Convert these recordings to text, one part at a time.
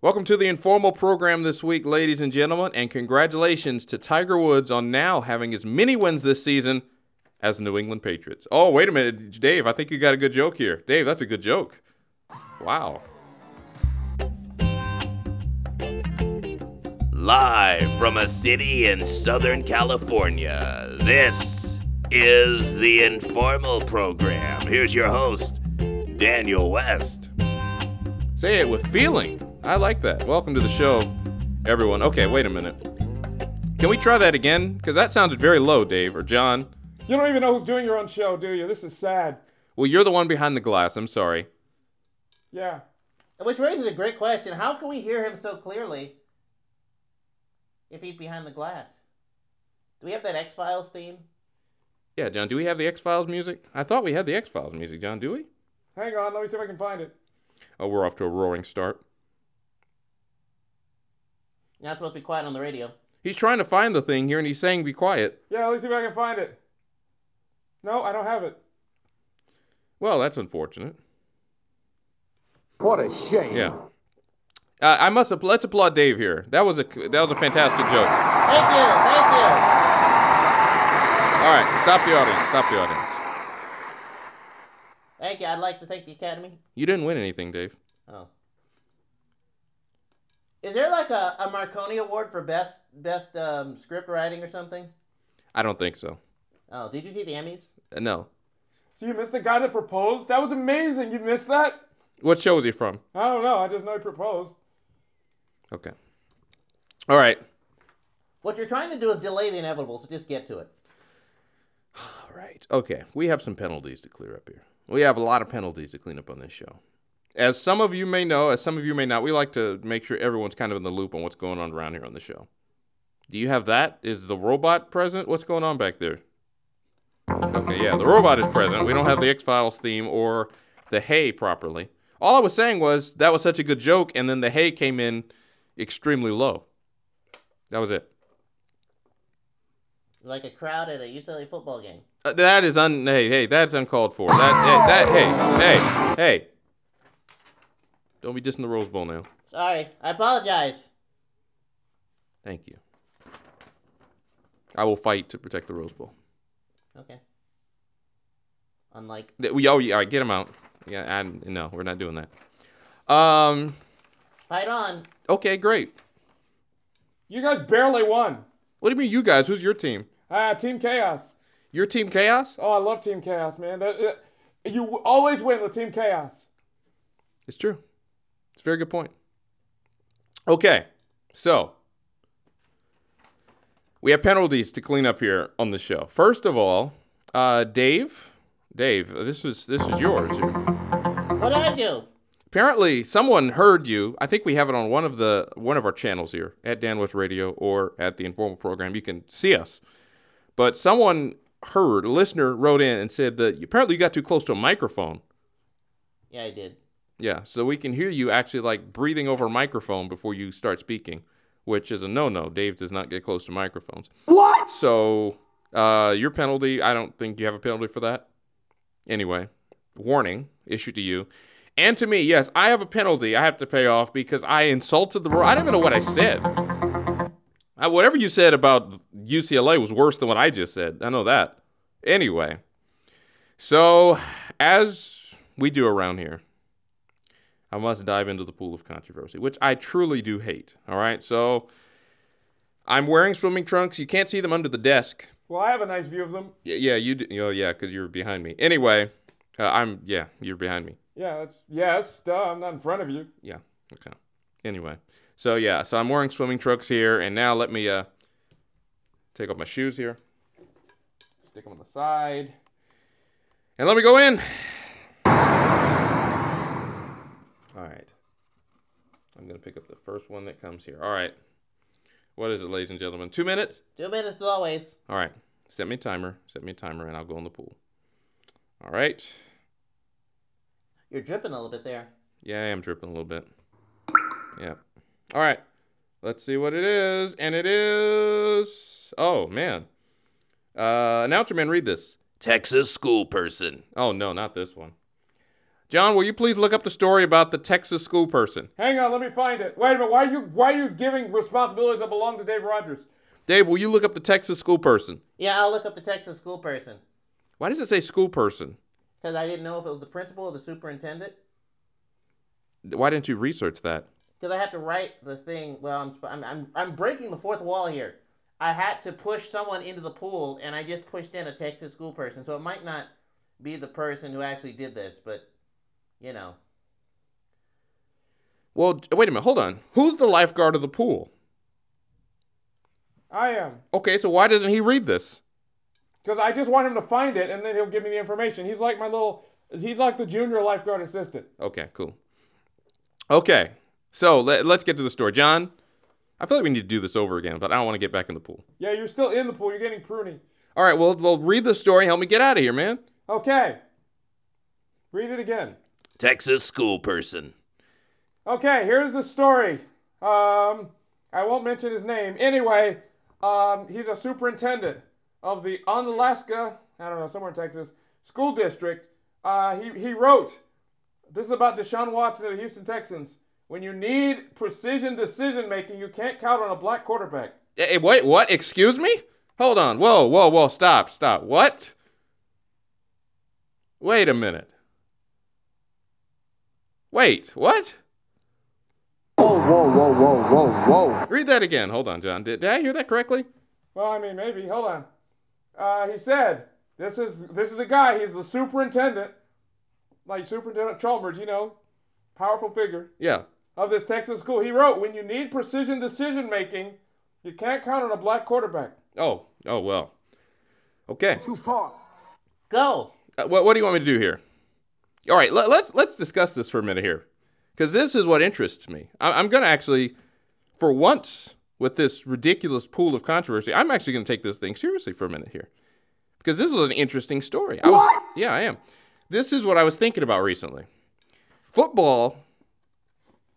Welcome to the informal program this week, ladies and gentlemen, and congratulations to Tiger Woods on now having as many wins this season as the New England Patriots. Oh, wait a minute, Dave, I think you got a good joke here. Dave, that's a good joke. Wow. Live from a city in Southern California, this is the Informal Program. Here's your host, Daniel West. Say it with feeling. I like that. Welcome to the show, everyone. Okay, wait a minute. Can we try that again? Because that sounded very low, Dave or John. You don't even know who's doing your own show, do you? This is sad. Well, you're the one behind the glass. I'm sorry. Yeah. Which raises a great question. How can we hear him so clearly if he's behind the glass? Do we have that X Files theme? Yeah, John, do we have the X Files music? I thought we had the X Files music, John, do we? Hang on, let me see if I can find it. Oh, we're off to a roaring start. You're not supposed to be quiet on the radio. He's trying to find the thing here and he's saying be quiet. Yeah, let me see if I can find it. No, I don't have it. Well, that's unfortunate. What a shame. Yeah. Uh, I must app- let's applaud Dave here. That was a that was a fantastic joke. Thank you, thank All right, stop the audience. Stop the audience. you, thank you. I'd like to thank the Academy. You didn't win anything, Dave. Oh, is there like a, a Marconi Award for best best um, script writing or something? I don't think so. Oh, did you see the Emmys? Uh, no. So you missed the guy that proposed? That was amazing. You missed that? What show was he from? I don't know. I just know he proposed. Okay. All right. What you're trying to do is delay the inevitable, so just get to it. All right. Okay. We have some penalties to clear up here. We have a lot of penalties to clean up on this show. As some of you may know, as some of you may not, we like to make sure everyone's kind of in the loop on what's going on around here on the show. Do you have that? Is the robot present? What's going on back there? Okay, yeah, the robot is present. We don't have the X Files theme or the hay properly. All I was saying was that was such a good joke, and then the hay came in extremely low. That was it. Like a crowd at a UCLA football game. Uh, that is un hey hey that's uncalled for. That hey, that hey hey hey. Don't be dissing the Rose Bowl now. Sorry, I apologize. Thank you. I will fight to protect the Rose Bowl. Okay. Unlike Th- We oh yeah, all right, get him out. Yeah, I, no, we're not doing that. Um. fight on. Okay, great. You guys barely won. What do you mean, you guys? Who's your team? Ah, Team Chaos. Your team, Chaos? Oh, I love Team Chaos, man. That- that- you always win with Team Chaos. It's true. It's a very good point. Okay, so we have penalties to clean up here on the show. First of all, uh, Dave, Dave, uh, this is this is yours. What did I do? Apparently, someone heard you. I think we have it on one of the one of our channels here at Dan West Radio or at the informal program. You can see us, but someone heard a listener wrote in and said that you- apparently you got too close to a microphone. Yeah, I did. Yeah, so we can hear you actually like breathing over a microphone before you start speaking, which is a no-no. Dave does not get close to microphones. What? So, uh, your penalty. I don't think you have a penalty for that. Anyway, warning issued to you and to me. Yes, I have a penalty. I have to pay off because I insulted the. I don't even know what I said. I, whatever you said about UCLA was worse than what I just said. I know that. Anyway, so as we do around here. I must dive into the pool of controversy, which I truly do hate. All right, so I'm wearing swimming trunks. You can't see them under the desk. Well, I have a nice view of them. Yeah, yeah, you, d- you know, yeah, because you're behind me. Anyway, uh, I'm, yeah, you're behind me. Yeah, that's yes. Duh, I'm not in front of you. Yeah, okay. Anyway, so yeah, so I'm wearing swimming trunks here, and now let me uh, take off my shoes here, stick them on the side, and let me go in. All right. I'm going to pick up the first one that comes here. All right. What is it, ladies and gentlemen? Two minutes? Two minutes as always. All right. Set me a timer. Set me a timer, and I'll go in the pool. All right. You're dripping a little bit there. Yeah, I am dripping a little bit. Yeah. All right. Let's see what it is. And it is. Oh, man. Uh, announcer man, read this. Texas school person. Oh, no, not this one. John, will you please look up the story about the Texas school person? Hang on, let me find it. Wait a minute. Why are you why are you giving responsibilities that belong to Dave Rogers? Dave, will you look up the Texas school person? Yeah, I'll look up the Texas school person. Why does it say school person? Because I didn't know if it was the principal or the superintendent. Why didn't you research that? Because I had to write the thing. Well, I'm, sp- I'm, I'm, I'm breaking the fourth wall here. I had to push someone into the pool, and I just pushed in a Texas school person. So it might not be the person who actually did this, but, you know. Well, j- wait a minute. Hold on. Who's the lifeguard of the pool? I am. Okay, so why doesn't he read this? Because I just want him to find it and then he'll give me the information. He's like my little he's like the junior lifeguard assistant. Okay, cool. Okay, so let, let's get to the story. John, I feel like we need to do this over again, but I don't want to get back in the pool. Yeah, you're still in the pool, you're getting pruny. All right, well, well, read the story. Help me get out of here, man. Okay. Read it again. Texas school person. Okay, here's the story. Um, I won't mention his name. Anyway, um, he's a superintendent of the Onalaska, I don't know, somewhere in Texas, school district. Uh, he, he wrote, this is about Deshaun Watson of the Houston Texans. When you need precision decision making, you can't count on a black quarterback. Eh, eh, wait, what? Excuse me? Hold on. Whoa, whoa, whoa. Stop, stop. What? Wait a minute. Wait, what? Whoa, whoa, whoa, whoa, whoa, whoa. Read that again. Hold on, John. Did, did I hear that correctly? Well, I mean, maybe. Hold on. Uh, he said, "This is this is the guy. He's the superintendent, like Superintendent Chalmers. You know, powerful figure Yeah. of this Texas school." He wrote, "When you need precision decision making, you can't count on a black quarterback." Oh, oh, well. Okay. Too far. Go! Uh, what, what do you want me to do here? All right, let, let's let's discuss this for a minute here, because this is what interests me. I, I'm going to actually, for once, with this ridiculous pool of controversy, I'm actually going to take this thing seriously for a minute here, because this is an interesting story. I was, yeah, I am. This is what I was thinking about recently. Football.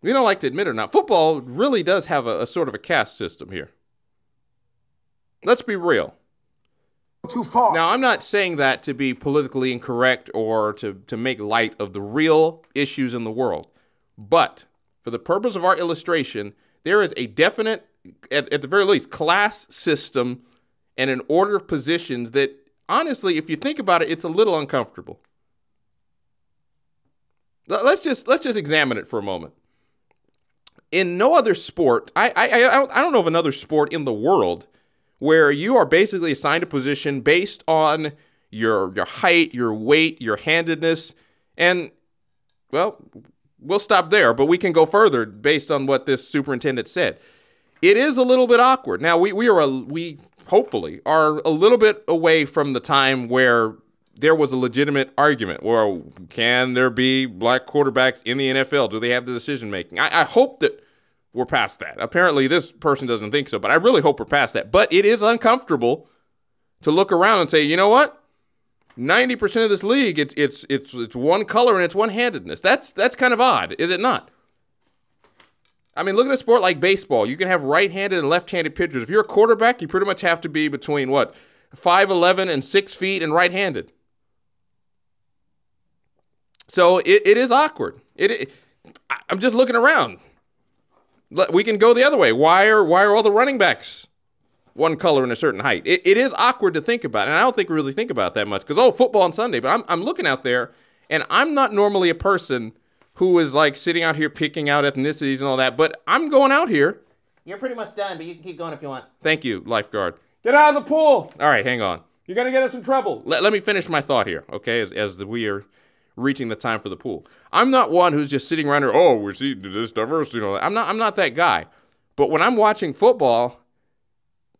We don't like to admit it or not. Football really does have a, a sort of a caste system here. Let's be real. Too far. Now, I'm not saying that to be politically incorrect or to, to make light of the real issues in the world. But for the purpose of our illustration, there is a definite, at, at the very least, class system and an order of positions that, honestly, if you think about it, it's a little uncomfortable. Let- Let's just let's just examine it for a moment. In no other sport, I I, I, don't, I don't know of another sport in the world where you are basically assigned a position based on your your height, your weight, your handedness, and well, we'll stop there, but we can go further based on what this superintendent said. It is a little bit awkward. Now we we are a, we hopefully are a little bit away from the time where there was a legitimate argument. Well, can there be black quarterbacks in the NFL? Do they have the decision making? I, I hope that we're past that. Apparently, this person doesn't think so, but I really hope we're past that. But it is uncomfortable to look around and say, you know what? Ninety percent of this league, it's it's it's it's one color and it's one handedness. That's that's kind of odd, is it not? I mean, look at a sport like baseball. You can have right-handed and left-handed pitchers. If you're a quarterback, you pretty much have to be between what five eleven and six feet and right-handed. So it, it is awkward. It, it I- I'm just looking around. Let- we can go the other way. Why are why are all the running backs one color and a certain height? It, it is awkward to think about, and I don't think we really think about that much because oh, football on Sunday. But I'm I'm looking out there, and I'm not normally a person who is like sitting out here picking out ethnicities and all that. But I'm going out here. You're pretty much done, but you can keep going if you want. Thank you, lifeguard. Get out of the pool. All right, hang on. You're gonna get us in trouble. Let, let me finish my thought here, okay? As, as the, we are reaching the time for the pool, I'm not one who's just sitting around here. Oh, we see this diversity. And all that. I'm not. I'm not that guy. But when I'm watching football,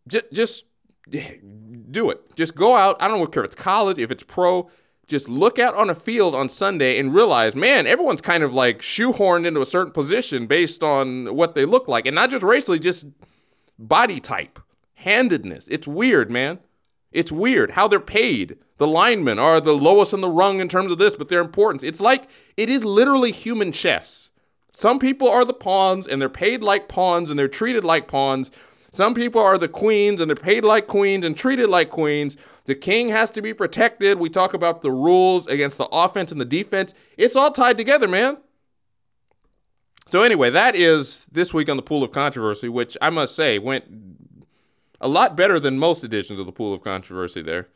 just just do it. Just go out. I don't care if it's college, if it's pro. Just look out on a field on Sunday and realize, man, everyone's kind of like shoehorned into a certain position based on what they look like, and not just racially, just body type, handedness. It's weird, man. It's weird how they're paid. The linemen are the lowest on the rung in terms of this, but their importance. It's like it is literally human chess. Some people are the pawns and they're paid like pawns and they're treated like pawns. Some people are the queens and they're paid like queens and treated like queens. The king has to be protected. We talk about the rules against the offense and the defense. It's all tied together, man. So anyway, that is this week on the Pool of Controversy, which I must say went a lot better than most editions of the Pool of Controversy there.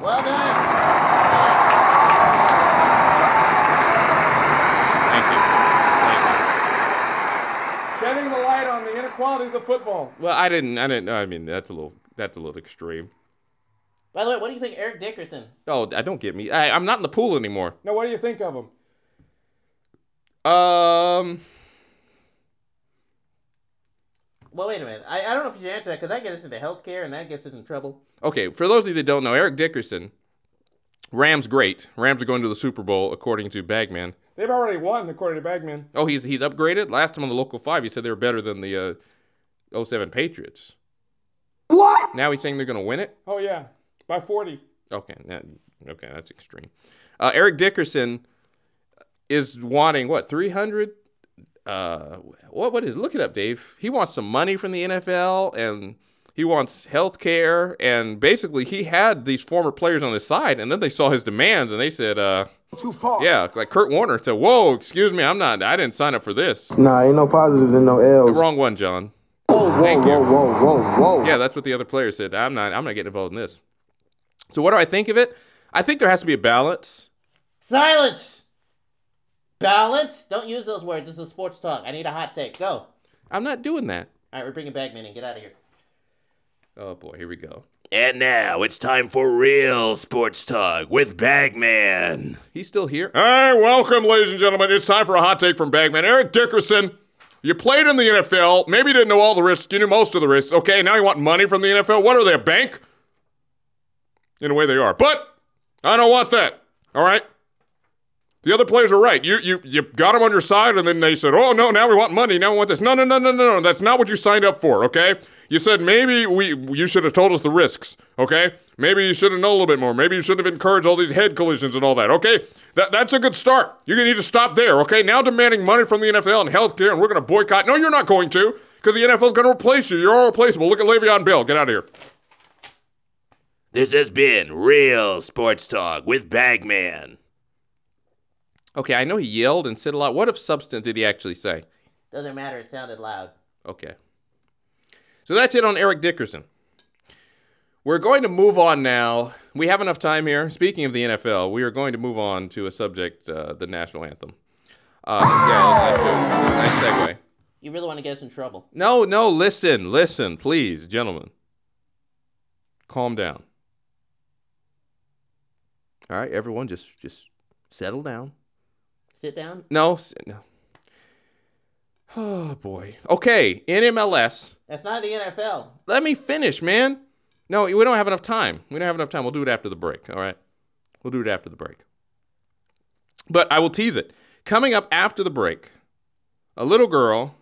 Well done. Thank you. Thank Shedding the light on the inequalities of football. you. Well, I didn't I didn't I mean that's a little that's a little extreme. By the way, what do you think, Eric Dickerson? Oh, I don't get me. I, I'm not in the pool anymore. Now, what do you think of them? Um Well, wait a minute. I, I don't know if you should answer that because that gets us into healthcare and that gets us in trouble. okay, for those of you that don't know, Eric Dickerson, Rams great. Rams are going to the Super Bowl according to Bagman. They've already won, according to Bagman. Oh, he's he's upgraded. Last time on the local five, he said they were better than the uh, 07 Patriots. What? Now he's saying they're going to win it. Oh, yeah. By 40. Okay, that, okay, that's extreme. Uh, Eric Dickerson is wanting what 300? Uh, what what is? Look it up, Dave. He wants some money from the NFL and. He wants health care, and basically, he had these former players on his side, and then they saw his demands, and they said, uh, Too far. "Yeah, like Kurt Warner said, whoa, excuse me, I'm not, I didn't sign up for this." Nah, ain't no positives and no L's. Wrong one, John. Whoa, whoa, Thank you. whoa, whoa, whoa, whoa. Yeah, that's what the other player said. I'm not. I'm not getting involved in this. So what do I think of it? I think there has to be a balance. Silence. Balance. Don't use those words. This is sports talk. I need a hot take. Go. All I'm not doing that. right, we're bringing Bagman in. Get out of here. Oh boy, here we go. And now it's time for real sports talk with Bagman. He's still here. Hey, welcome, ladies and gentlemen. It's time for a hot take from Bagman Eric Dickerson. You played in the NFL. Maybe you didn't know all the risks. You knew most of the risks. Okay, now you want money from the NFL. What are they, a bank? In a way, they are. But I don't want that. All right. The other players are right. You you you got them on your side, and then they said, "Oh no, now we want money. Now we want this." No, no, no, no, no, no. That's not what you signed up for. Okay. You said maybe we you should have told us the risks. Okay. Maybe you should have known a little bit more. Maybe you should have encouraged all these head collisions and all that. Okay. That that's a good start. You need to stop there. Okay. Now demanding money from the NFL and healthcare, and we're going to boycott. No, you're not going to, because the NFL's going to replace you. You're irreplaceable. Look at Le'Veon Bell. Get out of here. This has been real sports talk with Bagman. Okay. I know he yelled and said a lot. What of substance did he actually say? Doesn't matter. It sounded loud. Okay. So that's it on Eric Dickerson. We're going to move on now. We have enough time here. Speaking of the NFL, we are going to move on to a subject, uh, the national anthem. Uh, yeah, nice segue. You really want to get us in trouble. No, no, listen, listen, please, gentlemen. Calm down. All right, everyone, just just settle down. Sit down. No, s- no. Oh boy. Okay, NMLS. That's not the NFL. Let me finish, man. No, we don't have enough time. We don't have enough time. We'll do it after the break, all right? We'll do it after the break. But I will tease it. Coming up after the break, a little girl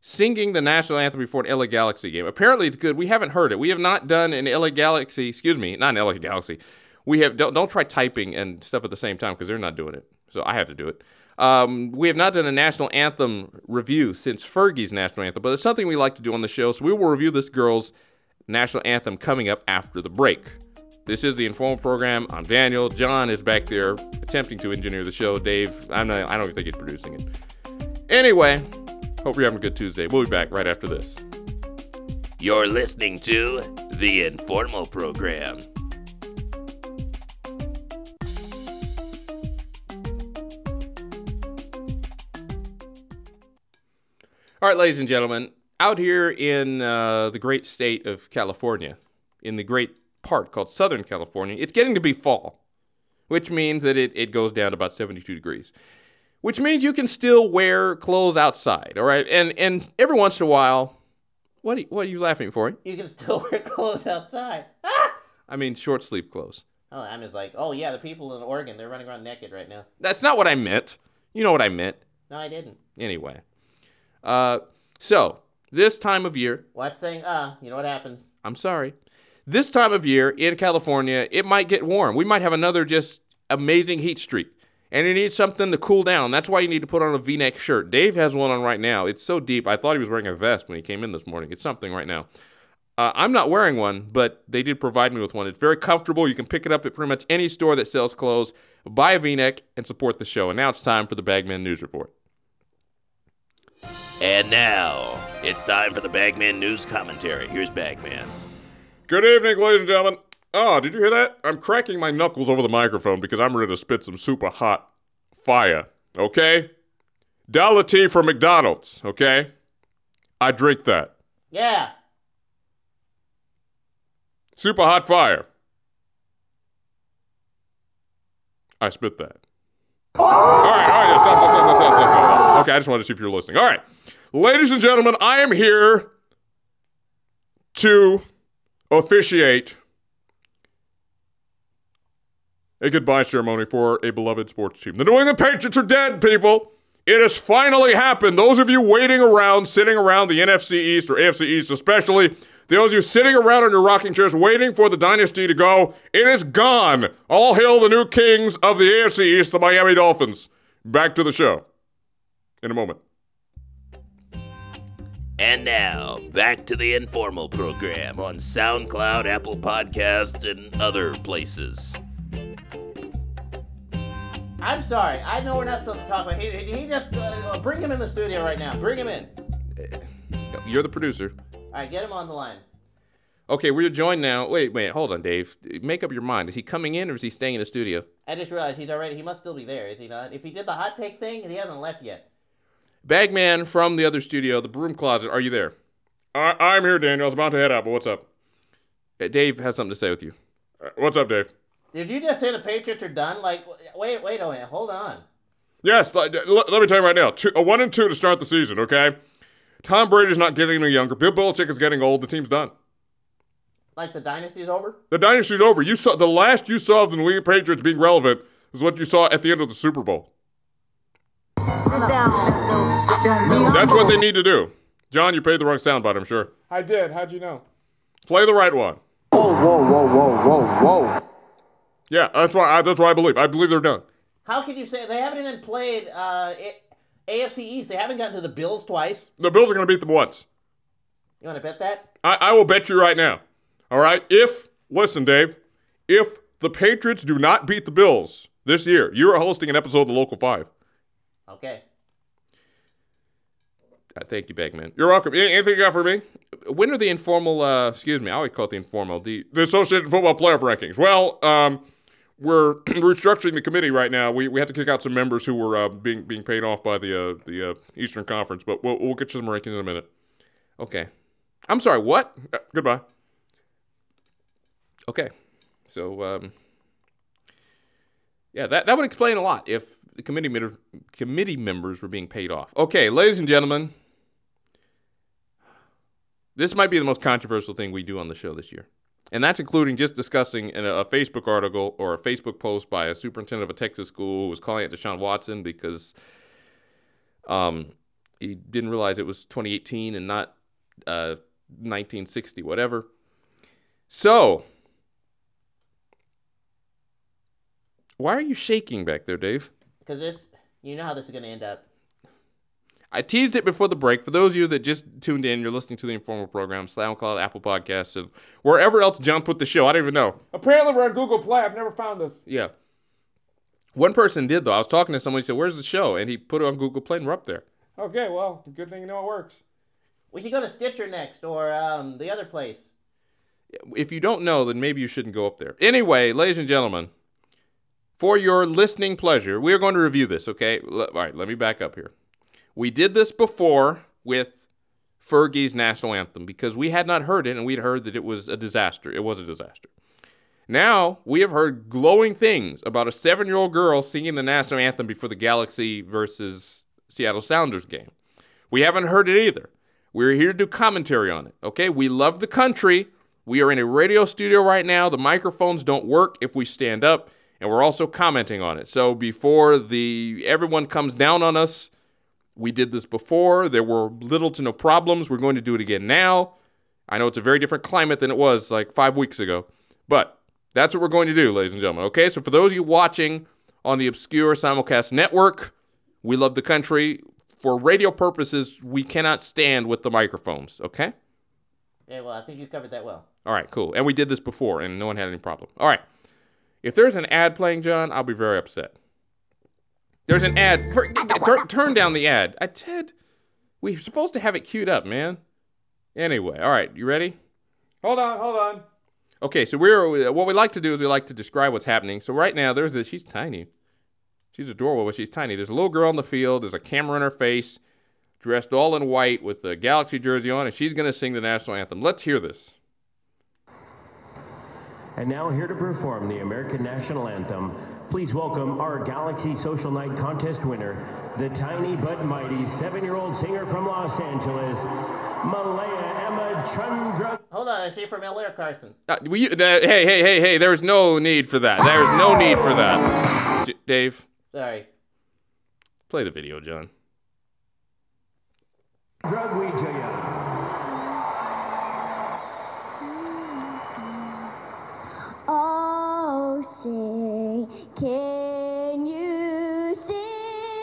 singing the national anthem before an LA Galaxy game. Apparently, it's good. We haven't heard it. We have not done an LA Galaxy, excuse me, not an LA Galaxy. We have, don't, don't try typing and stuff at the same time because they're not doing it. So I had to do it. Um, we have not done a national anthem review since Fergie's national anthem, but it's something we like to do on the show. So we will review this girl's national anthem coming up after the break. This is the informal program. I'm Daniel. John is back there attempting to engineer the show. Dave, I'm not, I don't think he's producing it. Anyway, hope you're having a good Tuesday. We'll be back right after this. You're listening to The Informal Program. All right, ladies and gentlemen, out here in uh, the great state of California, in the great part called Southern California, it's getting to be fall, which means that it, it goes down to about 72 degrees, which means you can still wear clothes outside, all right? And and every once in a while, what are you, what are you laughing for? You can still wear clothes outside. Ah! I mean, short sleeve clothes. Oh, I'm just like, oh yeah, the people in Oregon, they're running around naked right now. That's not what I meant. You know what I meant. No, I didn't. Anyway. Uh, so, this time of year, What's saying? Uh, you know what happens? I'm sorry. This time of year in California, it might get warm. We might have another just amazing heat streak. And you need something to cool down. That's why you need to put on a v neck shirt. Dave has one on right now. It's so deep. I thought he was wearing a vest when he came in this morning. It's something right now. Uh, I'm not wearing one, but they did provide me with one. It's very comfortable. You can pick it up at pretty much any store that sells clothes. Buy a v-neck and support the show. And now it's time for the Bagman News Report. And now it's time for the Bagman News Commentary. Here's Bagman. Good evening, ladies and gentlemen. Oh, did you hear that? I'm cracking my knuckles over the microphone because I'm ready to spit some super hot fire. Okay? Dollar tea from McDonald's, okay? I drink that. Yeah. Super hot fire. I spit that. All right, all right, yeah, stop, stop, stop, stop, stop, stop, stop. Okay, I just wanted to see if you're listening. All right, ladies and gentlemen, I am here to officiate a goodbye ceremony for a beloved sports team. The New England Patriots are dead, people. It has finally happened. Those of you waiting around, sitting around the NFC East or AFC East especially, those of you sitting around in your rocking chairs waiting for the dynasty to go, it is gone. All hail the new kings of the AFC East, the Miami Dolphins. Back to the show in a moment. And now, back to the informal program on SoundCloud, Apple Podcasts, and other places. I'm sorry. I know we're not supposed to talk about. He, he he just uh, bring him in the studio right now. Bring him in. You're the producer. All right, get him on the line. Okay, we're joined now. Wait, wait, hold on, Dave. Make up your mind. Is he coming in or is he staying in the studio? I just realized he's already. He must still be there, is he not? If he did the hot take thing, he hasn't left yet. Bagman from the other studio, the broom closet. Are you there? I, I'm here, Daniel. I was about to head out, but what's up? Uh, Dave has something to say with you. what's up, Dave? Did you just say the Patriots are done? Like, wait, wait a minute. Hold on. Yes, let, let let me tell you right now. Two, a one and two to start the season. Okay, Tom Brady's not getting any younger. Bill Belichick is getting old. The team's done. Like the dynasty's over. The dynasty's over. You saw the last you saw of the New England Patriots being relevant is what you saw at the end of the Super Bowl. Sit down. Sit down. Be That's humble. what they need to do. John, you played the wrong soundbite. I'm sure. I did. How'd you know? Play the right one. Whoa, whoa, whoa, whoa, whoa, whoa. Yeah, that's why. I, that's why I believe. I believe they're done. How could you say they haven't even played uh, A- AFC East? They haven't gotten to the Bills twice. The Bills are going to beat them once. You want to bet that? I, I will bet you right now. All right. If, listen, Dave, if the Patriots do not beat the Bills this year, you are hosting an episode of the Local Five. Okay. Uh, thank you, Bagman. You're welcome. Any- Anything you got for me? When are the informal, uh, excuse me, I always call it the informal, the, the Associated Football Playoff Rankings? Well, um, we're restructuring the committee right now. We, we have to kick out some members who were uh, being being paid off by the uh, the uh, Eastern Conference, but we'll, we'll get you some rankings in a minute. Okay. I'm sorry, what? Uh, goodbye. Okay. So, um, yeah, that, that would explain a lot if the committee, member, committee members were being paid off. Okay, ladies and gentlemen, this might be the most controversial thing we do on the show this year. And that's including just discussing in a, a Facebook article or a Facebook post by a superintendent of a Texas school who was calling it Deshaun Watson because um, he didn't realize it was 2018 and not uh, 1960, whatever. So, why are you shaking back there, Dave? Because this, you know how this is going to end up. I teased it before the break. For those of you that just tuned in, you're listening to the informal program, SoundCloud, Apple Podcasts, and wherever else John put the show. I don't even know. Apparently, we're on Google Play. I've never found this. Yeah. One person did, though. I was talking to someone. He said, Where's the show? And he put it on Google Play and we're up there. Okay, well, good thing you know it works. We should go to Stitcher next or um, the other place. If you don't know, then maybe you shouldn't go up there. Anyway, ladies and gentlemen, for your listening pleasure, we are going to review this, okay? L- all right, let me back up here. We did this before with Fergie's national anthem because we had not heard it and we'd heard that it was a disaster. It was a disaster. Now we have heard glowing things about a seven year old girl singing the national anthem before the Galaxy versus Seattle Sounders game. We haven't heard it either. We're here to do commentary on it. Okay, we love the country. We are in a radio studio right now. The microphones don't work if we stand up, and we're also commenting on it. So before the everyone comes down on us, we did this before. There were little to no problems. We're going to do it again now. I know it's a very different climate than it was like five weeks ago, but that's what we're going to do, ladies and gentlemen. Okay, so for those of you watching on the Obscure Simulcast Network, we love the country. For radio purposes, we cannot stand with the microphones, okay? Yeah, well, I think you covered that well. All right, cool. And we did this before, and no one had any problem. All right. If there's an ad playing, John, I'll be very upset. There's an ad. Tur- tur- turn down the ad. I Ted, we're supposed to have it queued up, man. Anyway, all right, you ready? Hold on, hold on. Okay, so we're what we like to do is we like to describe what's happening. So right now, there's a she's tiny. She's adorable, but she's tiny. There's a little girl on the field. There's a camera in her face, dressed all in white with a Galaxy jersey on, and she's gonna sing the national anthem. Let's hear this. And now here to perform the American National Anthem, please welcome our Galaxy Social Night Contest winner, the tiny but mighty seven-year-old singer from Los Angeles, Malaya Emma Chandra. Hold on, I see it from L.A. or Carson. Uh, we, uh, hey, hey, hey, hey! There's no need for that. There's no need for that. J- Dave, Sorry. play the video, John. Drugwijaya. Oh, say, can you see?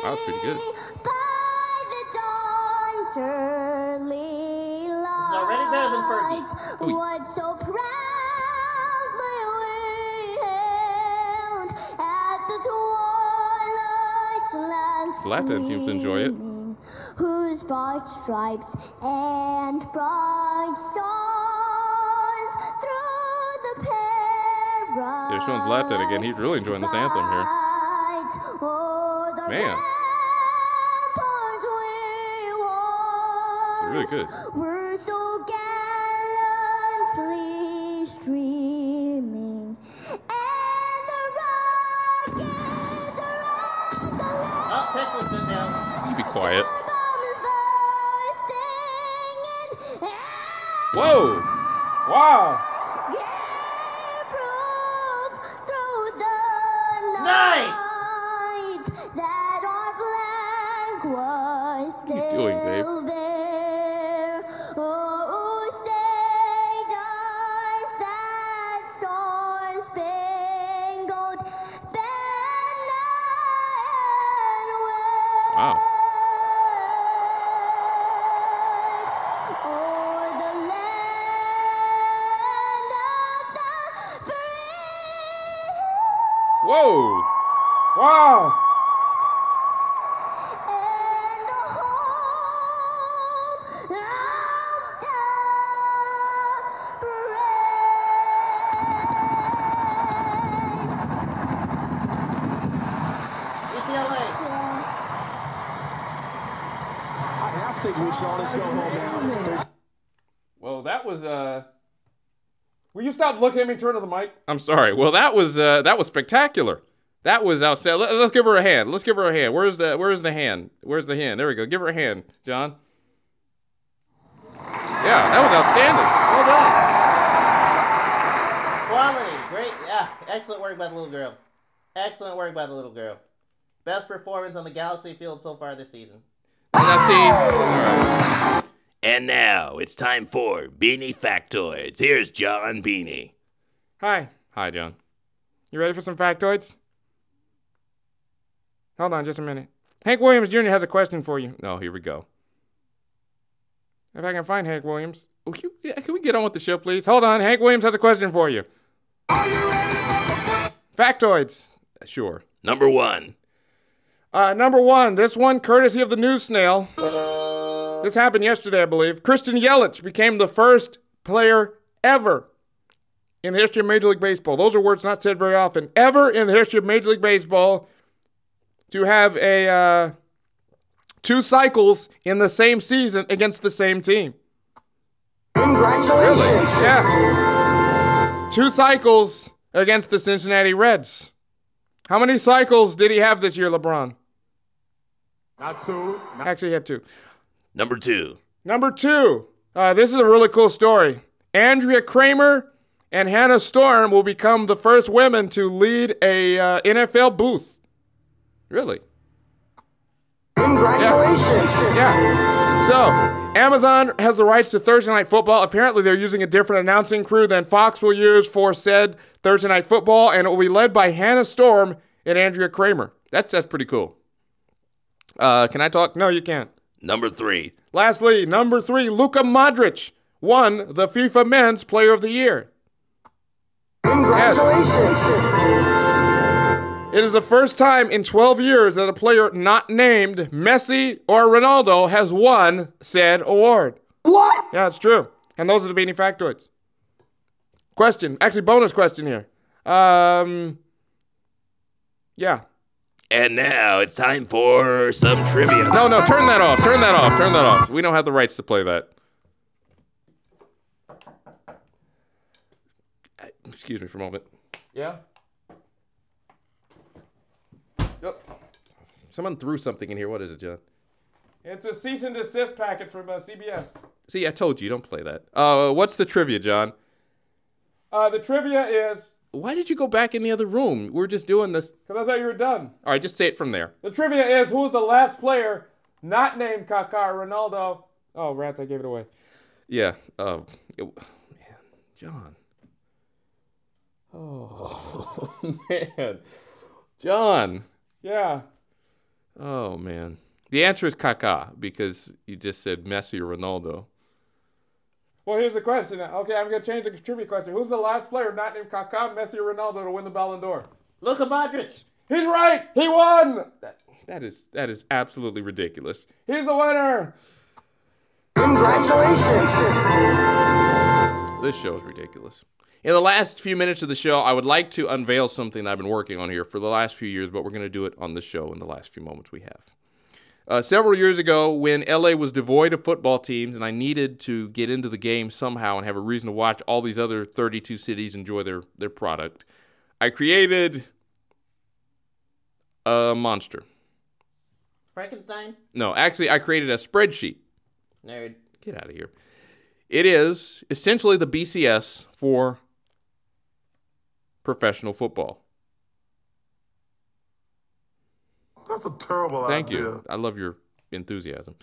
That was pretty good. By the dawn's early light. is already better than Fergie. Ooh. What so proudly we hailed at the twilight's last Zlatan seems to enjoy it. gleaming, Whose broad stripes and bright stars through the perilous Yeah, Sean's laughed at it again. He's really enjoying this anthem here. fight. Oh, the Man. ramparts we They're really good. were so gallantly streaming, and the rockets around the land, Oh, Texas been down. You be quiet. the bombs bursting in, and Whoa! Wow. gave proof through the Night. night that our flag was What are you doing, babe? still there. Oh, say does that star-spangled banner Wow. O'er the land of the free Whoa! Wow. and the home of the brave. UCLA. I half think we should all just go home now. Well, that was uh. Will you stop looking at me and turn to the mic? I'm sorry. Well, that was uh, that was spectacular. That was outstanding. Let, let's give her a hand. Let's give her a hand. Where's the Where's the hand? Where's the hand? There we go. Give her a hand, John. Yeah, that was outstanding. Hold on. Quality, great, yeah, excellent work by the little girl. Excellent work by the little girl. Best performance on the Galaxy field so far this season. Now see, all right. And now it's time for Beanie Factoids. Here's John Beanie. Hi. hi, John. You ready for some factoids? Hold on just a minute. Hank Williams Jr. has a question for you. No, here we go. If I can find Hank Williams. Oh, can, yeah, can we get on with the show, please? Hold on. Hank Williams has a question for you. Factoids. Sure. Number one. Uh, number one, this one courtesy of the news snail. This happened yesterday, I believe. Christian Yelich became the first player ever in the history of Major League Baseball. Those are words not said very often. Ever in the history of Major League Baseball to have a uh, two cycles in the same season against the same team. Congratulations. Yeah. Two cycles against the Cincinnati Reds. How many cycles did he have this year, LeBron? Not two. Actually, he had two. Number two. Number two. Uh, this is a really cool story. Andrea Kramer and Hannah Storm will become the first women to lead a uh, NFL booth. Really? Congratulations. Yeah. So, Amazon has the rights to Thursday Night Football. Apparently, they're using a different announcing crew than Fox will use for said Thursday Night Football, and it will be led by Hannah Storm and Andrea Kramer. That's that's pretty cool. Uh, can I talk? No, you can't. Number three. Lastly, number three, Luka Modric won the FIFA Men's Player of the Year. Congratulations. It is the first time in 12 years that a player not named Messi or Ronaldo has won said award. What? Yeah, it's true. And those are the beanie factoids. Question, actually, bonus question here. Um, yeah. And now it's time for some trivia. No, no, turn that off. Turn that off. Turn that off. We don't have the rights to play that. Uh, Excuse me for a moment. Yeah. Someone threw something in here. What is it, John? It's a cease and desist packet from uh, CBS. See, I told you, don't play that. Uh, what's the trivia, John? Uh, the trivia is Why did you go back in the other room? We're just doing this. because I thought you were done. All right, just say it from there. The trivia is who was the last player not named Kaká or Ronaldo? Oh, rats! I gave it away. Yeah. Uh, it- man, John. Oh man, John. Yeah. Oh man. The answer is Kaká because you just said Messi or Ronaldo. Well, here's the question. Okay, I'm gonna change the trivia question. Who's the last player not named Kaká, Messi, or Ronaldo to win the Ballon d'Or? Luka Modric. He's right. He won. That is that is absolutely ridiculous. He's the winner. Congratulations. This show is ridiculous. In the last few minutes of the show, I would like to unveil something that I've been working on here for the last few years, but we're going to do it on the show in the last few moments we have. Uh, several years ago, when LA was devoid of football teams and I needed to get into the game somehow and have a reason to watch all these other 32 cities enjoy their, their product, I created a monster. Frankenstein. No, actually, I created a spreadsheet Nerd. Get out of here. It is essentially the BCS for professional football. That's a terrible Thank idea. you. I love your enthusiasm.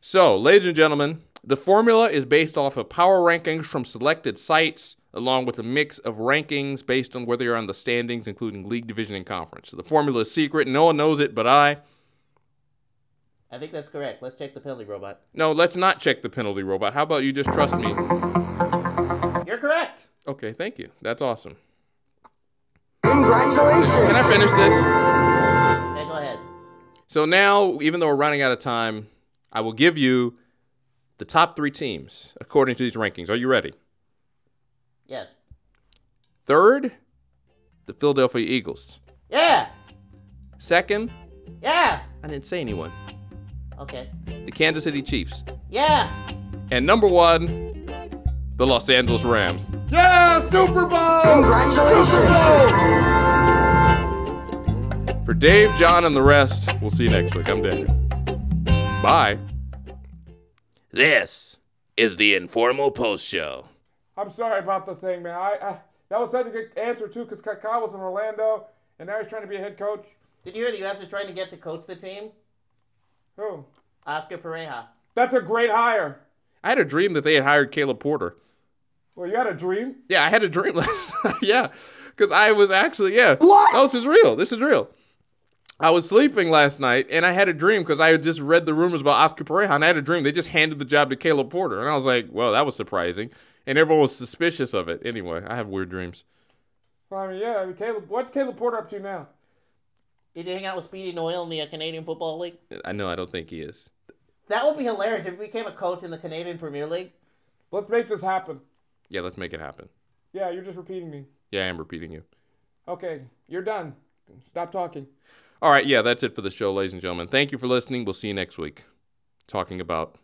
So, ladies and gentlemen, the formula is based off of power rankings from selected sites, along with a mix of rankings based on where they are on the standings, including league, division, and conference. So the formula is secret. No one knows it but I. I think that's correct. Let's check the penalty robot. No, let's not check the penalty robot. How about you just trust me? You're correct. Okay, thank you. That's awesome. Congratulations. Can I finish this? Hey, go ahead. So now, even though we're running out of time, I will give you the top three teams according to these rankings. Are you ready? Yes. Third, the Philadelphia Eagles. Yeah. Second, Yeah. I didn't say anyone, Okay. the Kansas City Chiefs. Yeah. And number one, the Los Angeles Rams. Yeah, Super Bowl. Congratulations. For Dave, John, and the rest, we'll see you next week. I'm Daniel. Bye. This is the informal post show. I'm sorry about the thing, man. I, I that was such a good answer too, because Kaká was in Orlando, and now he's trying to be a head coach. Did you hear the U.S. is trying to get to coach the team? Who? Oscar Pereja. That's a great hire. I had a dream that they had hired Caleb Porter. Well, you had a dream. Yeah, I had a dream last Yeah, because I was actually, yeah. What? No, this is real. This is real. I was sleeping last night and I had a dream because I had just read the rumors about Oscar Pereja and I had a dream. They just handed the job to Caleb Porter. And I was like, well, that was surprising. And everyone was suspicious of it. Anyway, I have weird dreams. Well, I mean, yeah. I mean, Caleb, what's Caleb Porter up to now? Did you hang out with Speedy Noel in the uh, Canadian Football League? I know I don't think he is. That would be hilarious if he became a coach in the Canadian Premier League. Let's make this happen. Yeah, let's make it happen. Yeah, you're just repeating me. Yeah, I am repeating you. Okay, you're done. Stop talking. All right, yeah, that's it for the show, ladies and gentlemen. Thank you for listening. We'll see you next week talking about